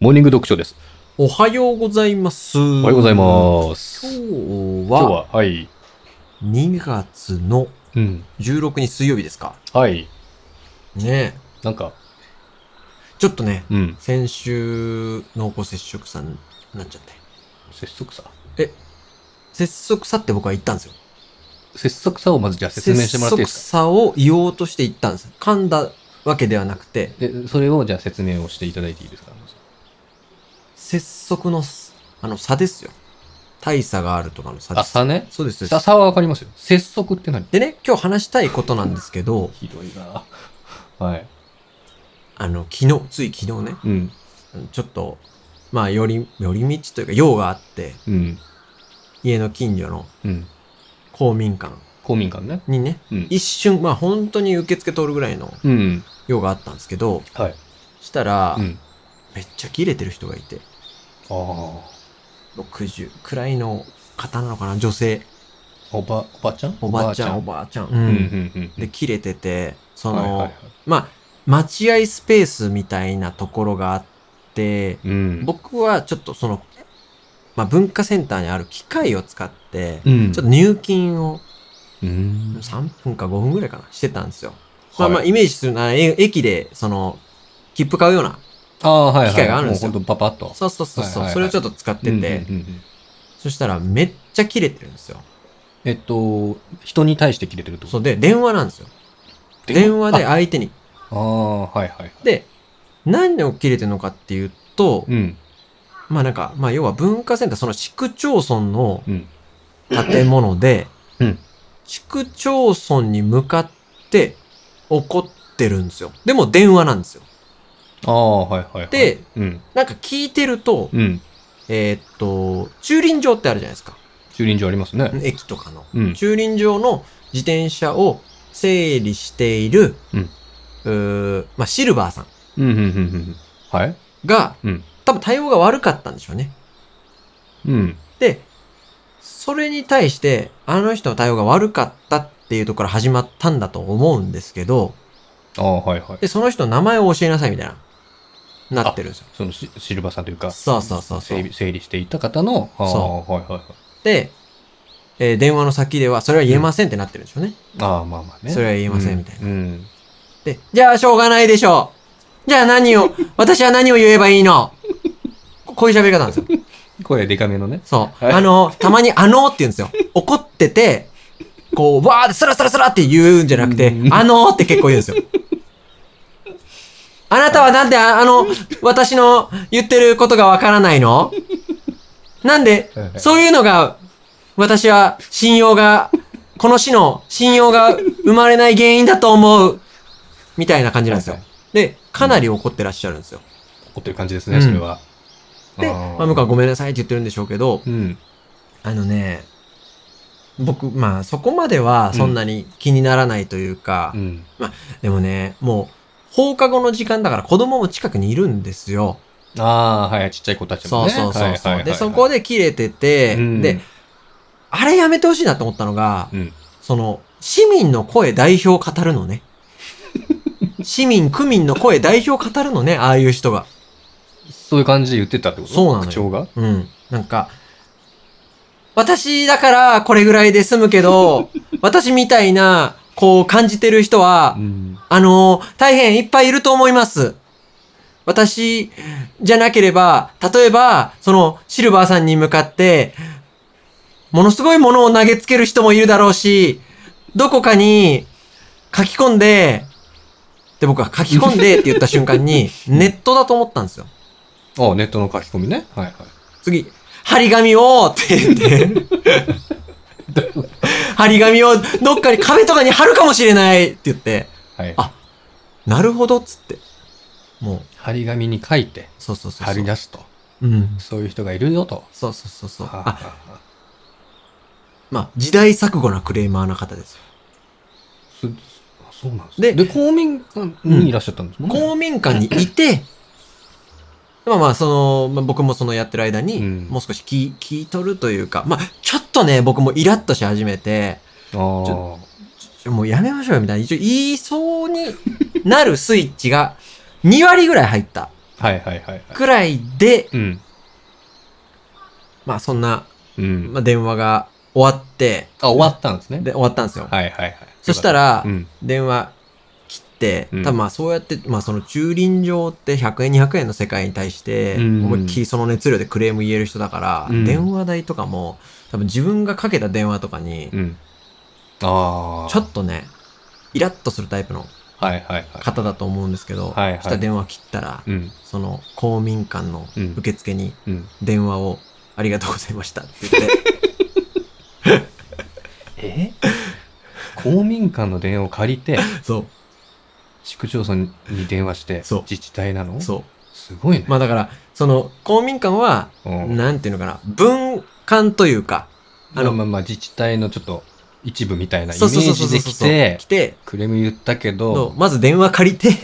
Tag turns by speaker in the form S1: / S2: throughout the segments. S1: モーニング読書です。
S2: おはようございます。お
S1: おはようございます。
S2: 今
S1: 今
S2: 日
S1: 日
S2: は
S1: は、はい。
S2: 2月の
S1: うん。
S2: 16日水曜日ですか。
S1: はい。
S2: ね
S1: なんか、
S2: え。ちょっとね、
S1: うん。
S2: 先週濃厚接触さんなっちゃって。
S1: 拙速さ。
S2: 接触さって僕は言ったんですよ。
S1: 拙速さをまずじゃあ説明してもらっていいです
S2: 接触さを言おうとして言ったんです。噛んだわけではなくて、
S1: かで、それをじゃあ説明をしていただいていいですか
S2: 接触のす、あの、差ですよ。大差があるとかの差で
S1: あ、
S2: す。
S1: さね。
S2: そうです。そう
S1: さ、
S2: です
S1: さはわかりますよ。拙速って何
S2: でね、今日話したいことなんですけど、
S1: ひどいな はい。
S2: あの、昨日、つい昨日ね、
S1: うん。
S2: ちょっと、まあ、寄り、寄り道というか、用があって、
S1: うん。
S2: 家の近所の
S1: うん。
S2: 公民館
S1: 公民館ね。
S2: にね、
S1: うん。
S2: 一瞬、まあ、本当に受付通るぐらいの
S1: うん。
S2: 用があったんですけど、
S1: はい。
S2: したら、
S1: うん。
S2: めっちゃ切れてる人がいて、
S1: ああ。
S2: 60くらいの方なのかな、女性、
S1: おば、おばちゃん
S2: おばあちゃん、お
S1: おば
S2: ばあちゃん。
S1: あ
S2: う
S1: ちゃん。うん
S2: ん。
S1: うんうんうん。
S2: で、切れてて、そ
S1: はい
S2: の、
S1: はいはい、
S2: まあ、待合スペースみたいなところがあって、
S1: うん。
S2: 僕はちょっとその、まあ、文化センターにある機械を使って、
S1: うん。
S2: ちょっと入金を
S1: うん。
S2: 3分か5分ぐらいかなしてたんですよ。ま
S1: は
S2: あ
S1: い
S2: まあイメージするなら、え駅で、その、切符買うような。
S1: ああ、はい、はい。
S2: 機会があるんですよ
S1: もうほんとパパッと。
S2: そうそうそうそう、
S1: はいはいはい
S2: それをちょっと使ってて、
S1: うんうんうんうん
S2: そしたらめっちゃ切れてるんですよ。
S1: えっと、人に対して切れてるってこ
S2: そ
S1: と
S2: うで、電話なんですよ。電話で相手に。
S1: ああ、はいはい。
S2: で、何を切れてるのかっていうと、
S1: うん、
S2: まあなんか、まあ要は文化センター、その市区町村の
S1: うん。
S2: 建物で、
S1: うん
S2: 市区町村に向かって怒ってるんですよ。でも電話なんですよ。
S1: ああ、はいはい、はい。
S2: で、
S1: うん、
S2: なんか聞いてると、
S1: うん。
S2: えーっと、駐輪場ってあるじゃないですか。
S1: 駐輪場ありますね。
S2: 駅とかの。
S1: うん。
S2: 駐輪場の自転車を整理している、
S1: うん
S2: うーまあ、シルバーさん
S1: うん、うん、うん、うん。はい
S2: が、
S1: うん
S2: 多分対応が悪かったんでしょうね。
S1: うん。
S2: で、それに対して、あの人の対応が悪かったっていうところから始まったんだと思うんですけど、
S1: ああ、はいはい。
S2: で、その人の名前を教えなさいみたいな、なってるんですよ。
S1: そのシシルバーさんというか、
S2: そうそうそうそう
S1: 整理整理していた方の、ああ、
S2: そ
S1: はいはいはい。
S2: で、えー電話の先では、それは言えませんってなってるんでしょうね。
S1: ああ、まあまあね。
S2: それは言えませんみたいな
S1: うん。うん
S2: で、じゃあしょうがないでしょう。じゃあ何を、私は何を言えばいいのここういう喋り方なんですよ。
S1: 声でかめのね。
S2: そう。
S1: はい
S2: あの、たまにあのーって言うんですよ。怒ってて、こう、わーってスラスラスラって言うんじゃなくて
S1: う、ん
S2: あのーって結構言うんですよ。あなたはなんでああの、私の言ってることがわからないのなんで、そういうのが、私は信用が、この市の信用が生まれない原因だと思う。みたいな感じなんですよ
S1: はい。
S2: で、かなり怒ってらっしゃるんですよ。
S1: 怒ってる感じですね、それは。
S2: で、
S1: ああ
S2: まあ、向こうはごめんなさいって言ってるんでしょうけど、
S1: うん。
S2: あのね、僕、まあ、そこまではそんなに気にならないというか、
S1: うん。
S2: でもね、もう、放課後の時間だから子供も近くにいるんですよ。
S1: ああ、はい、ちっちゃい子たちも
S2: そう
S1: ね。
S2: そうそうそう、
S1: はいはいはいはい
S2: で、そこで切れてて、
S1: うん
S2: で、あれやめてほしいなと思ったのが、
S1: うん
S2: その、市民の声代表語るの ね。市民、区民の声代表語るのね、ああいう人が。
S1: そういう感じで言ってたってこと
S2: そうなのよ
S1: 口調が
S2: うん。なんか、私だからこれぐらいで済む けど、私みたいな、こう感じてる人は
S1: う、ん。
S2: あの大変いっぱいいると思います。私じゃなければ、例えば、そのシルバーさんに向かって、ものすごいものを投げつける人もいるだろうし、どこかに書き込んで、で僕は書き込んでって言った瞬 間に、ネットだと思ったんですよ。
S1: あネットの書き込みね。はいはい。
S2: 次、張り紙をって言って。張り紙をどっかに壁とかに貼るかもしれないって言って、
S1: はい
S2: あ。なるほどっつって。もう、
S1: 張り紙に書いて、
S2: そうそうそうそう。
S1: 貼り出すと。
S2: うん。
S1: そういう人がいるよと。
S2: そうそうそうそう。
S1: はあ
S2: あ、
S1: はあ
S2: まあ、時代錯誤なクレーマーな方ですよ。
S1: すあそうなんです
S2: で
S1: ね。で、公民館にいらっしゃったんですもんね。
S2: 公民館に いて、まあまあ、その、まあ、僕もそのやってる間に、
S1: うん
S2: もう少し聞い聞い取るというか、まあ、ちょっとね、僕もイラッとし始めて、ち
S1: あ
S2: ちょもうやめましょうよみたいな、一応言いそうになるスイッチが2割ぐらい入った
S1: はいはいはいはい。
S2: くらいで、
S1: うん。
S2: まあそんな、
S1: うん。
S2: まあ、電話が終わって、
S1: あ、終わったんですね。
S2: で、終わったんですよ。
S1: はいはいはい。
S2: そした
S1: よからった、うん。
S2: 電話切って、
S1: うん
S2: 多分まあそうやって、まあその駐輪場って100円200円の世界に対して、
S1: うん
S2: 思いっきりその熱量でクレーム言える人だから、
S1: うん
S2: 電話代とかも、多分自分がかけた電話とかに
S1: う、ん。ああ。
S2: ちょっとね、イラッとするタイプの
S1: はいはいはい。
S2: 方だと思うんですけど、
S1: はいはい
S2: した電話切ったら、
S1: うん。
S2: その公民館の
S1: うん
S2: 受付に
S1: うん。
S2: 電話をありがとうございましたって言って、
S1: え公民館の電話を借りて、
S2: そ
S1: 市区町村に電話して、
S2: そう
S1: 自治体なの
S2: う、そう。
S1: すごいね。
S2: まあだから、その公民館は、
S1: うん
S2: なんていうのかな、文館というか、あ
S1: あ
S2: の
S1: の、まあまあ、自治体のちょっと一部みたいなイメ
S2: そうそうそ
S1: ー
S2: うそう
S1: ジで
S2: そう
S1: 来て
S2: 来、て、
S1: クレーム言ったけ
S2: そう
S1: ど、
S2: まず電話 借りて、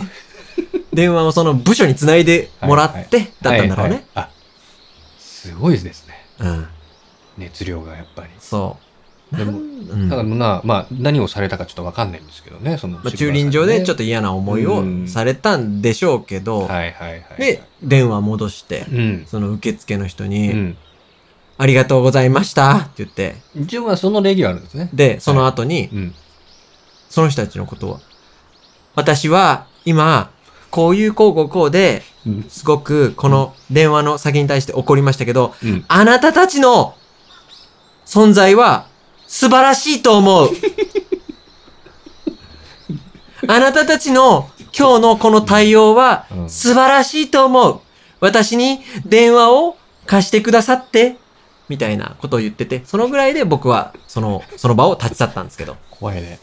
S2: 電話をその部署につないでもらって、だったんだろう
S1: はい
S2: ね。
S1: はいあ、すごいですね。
S2: うん。
S1: 熱量がやっぱり。
S2: そう。
S1: でも
S2: なんうん
S1: ただな、まあ、何をされたかちょっとわかんないんですけどね、その。
S2: まあ、駐輪場でちょ
S1: っ
S2: っと嫌な思い
S1: うん
S2: をされたんでしょうけど、
S1: はいはいはい。
S2: で、、電話戻して、
S1: うん。
S2: その受付の人
S1: う
S2: に、
S1: ん。
S2: ありがとうございましたって言って、
S1: 一応はその礼儀はあるんですね。
S2: で、その後に、
S1: うん。
S2: その人たちのことを、私は今、こういうこうこうこうで、
S1: うん。
S2: すごくこの電話の先に対して怒りましたけど、
S1: うん。
S2: あなたたちの存在は素晴らしいと思う。あなたたちの今日のこの対応は
S1: うん
S2: 素晴らしいと思う。私に電話を貸してくださって、みたいなことを言ってて、そのぐらいで僕はその、その場を立ち去ったんですけど。
S1: 怖いね。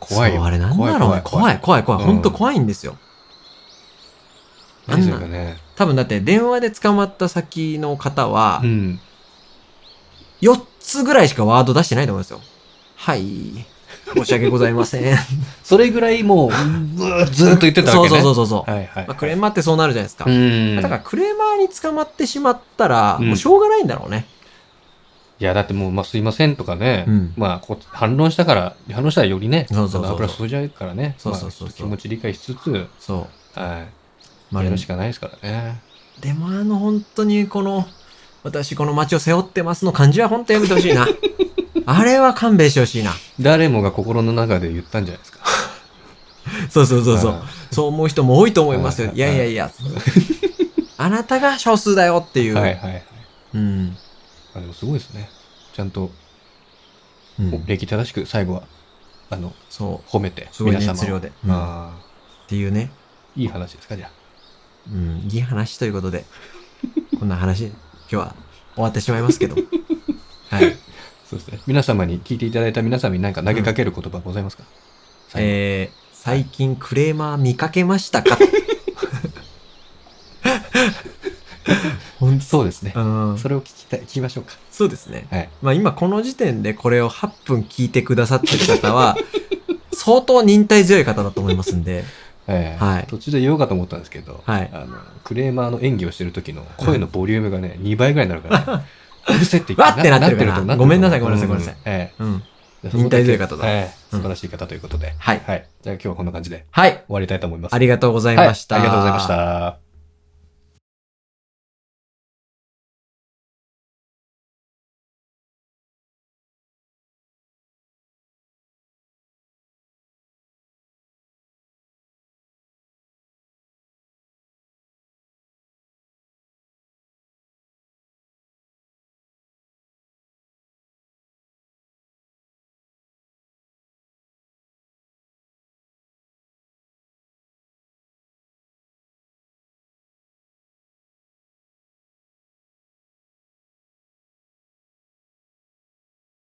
S1: 怖い
S2: そう
S1: よ。
S2: あれなんだろうね。怖い、怖い、怖い。
S1: うん
S2: ほんと怖いんですよ。
S1: 何するかね。
S2: 多分だって電話で捕まった先の方は
S1: う、ん。
S2: 4つぐらいしかワード出してないと思うんですよ。はい。申し訳ございま せん。
S1: それぐらいもう、ずーずーっと言ってた
S2: そ
S1: わ
S2: う
S1: けね。
S2: そうそう
S1: う
S2: そうそう。
S1: はいはい。
S2: まあ、クレーマーってそうなるじゃないですか。
S1: うん。
S2: だからクレーマーに捕まってしまったら、
S1: うん
S2: もうしょうがないんだろうね。
S1: いや、だってもう、まあ、すいませんとかね、
S2: うん
S1: まあこう、反論したから、反論したらよりね、
S2: そうそうそうそう
S1: 油注いじゃうからね、
S2: そうそうそう
S1: まあ気
S2: そう
S1: 持ち理解しつつ、
S2: そ
S1: は
S2: う。
S1: い、
S2: まあ、
S1: や
S2: で
S1: るしかないですからね。
S2: でもあの本当にこの、私この街を背負ってますの感じは本当やめてほし いな。あれは勘弁してほしいな。
S1: 誰もが心の中で言ったんじゃないですか。
S2: そうそうそうそう
S1: は。
S2: そう思う人も多いと思いますよ。
S1: はい
S2: いやいやいや。あなたが少数だよってい。
S1: いうはいはいはい。
S2: うん。
S1: あでもすごいですね。ちゃんと、
S2: うん
S1: 礼儀正しく最後は、あの、
S2: そ
S1: 褒めて、
S2: う。すごい
S1: 皆様
S2: 熱
S1: を
S2: 量で。うんっ
S1: ああ、
S2: ていうね。
S1: いい話ですか、じゃあ。
S2: うん、いい話ということで、こんな話、今日は終わってしまいますけど。はい。
S1: そうですね。皆様に、聞いていただいた皆様に何か投げかける言葉ございますか、最後
S2: えー、最近クレーマー見かけましたか 本
S1: そうですね。
S2: 当うん。
S1: それを聞きたい、聞きましょうか。
S2: そうですね。
S1: はい。
S2: まあ今この時点でこれを8分聞いてくださってる方は、相当忍耐強い方だと思いますんで、
S1: ええ
S2: はい
S1: 途中で言おうかと思ったんですけど、
S2: はい
S1: あのクレーマーの演技をしてる時の声のボリュームがね、2倍ぐらいになるから、 ね、うるせえって
S2: わってなってるから
S1: と思う
S2: ごめんなさいごめんなさいごめんなさい。
S1: うえ
S2: うん。
S1: え
S2: 忍耐強い方だ
S1: ええ素晴らしい方ということで、
S2: はい。
S1: はい。じゃあ今日はこんな感じで
S2: はい。
S1: 終わりたいと思います。
S2: ありがとうございました。
S1: はいありがとうございました。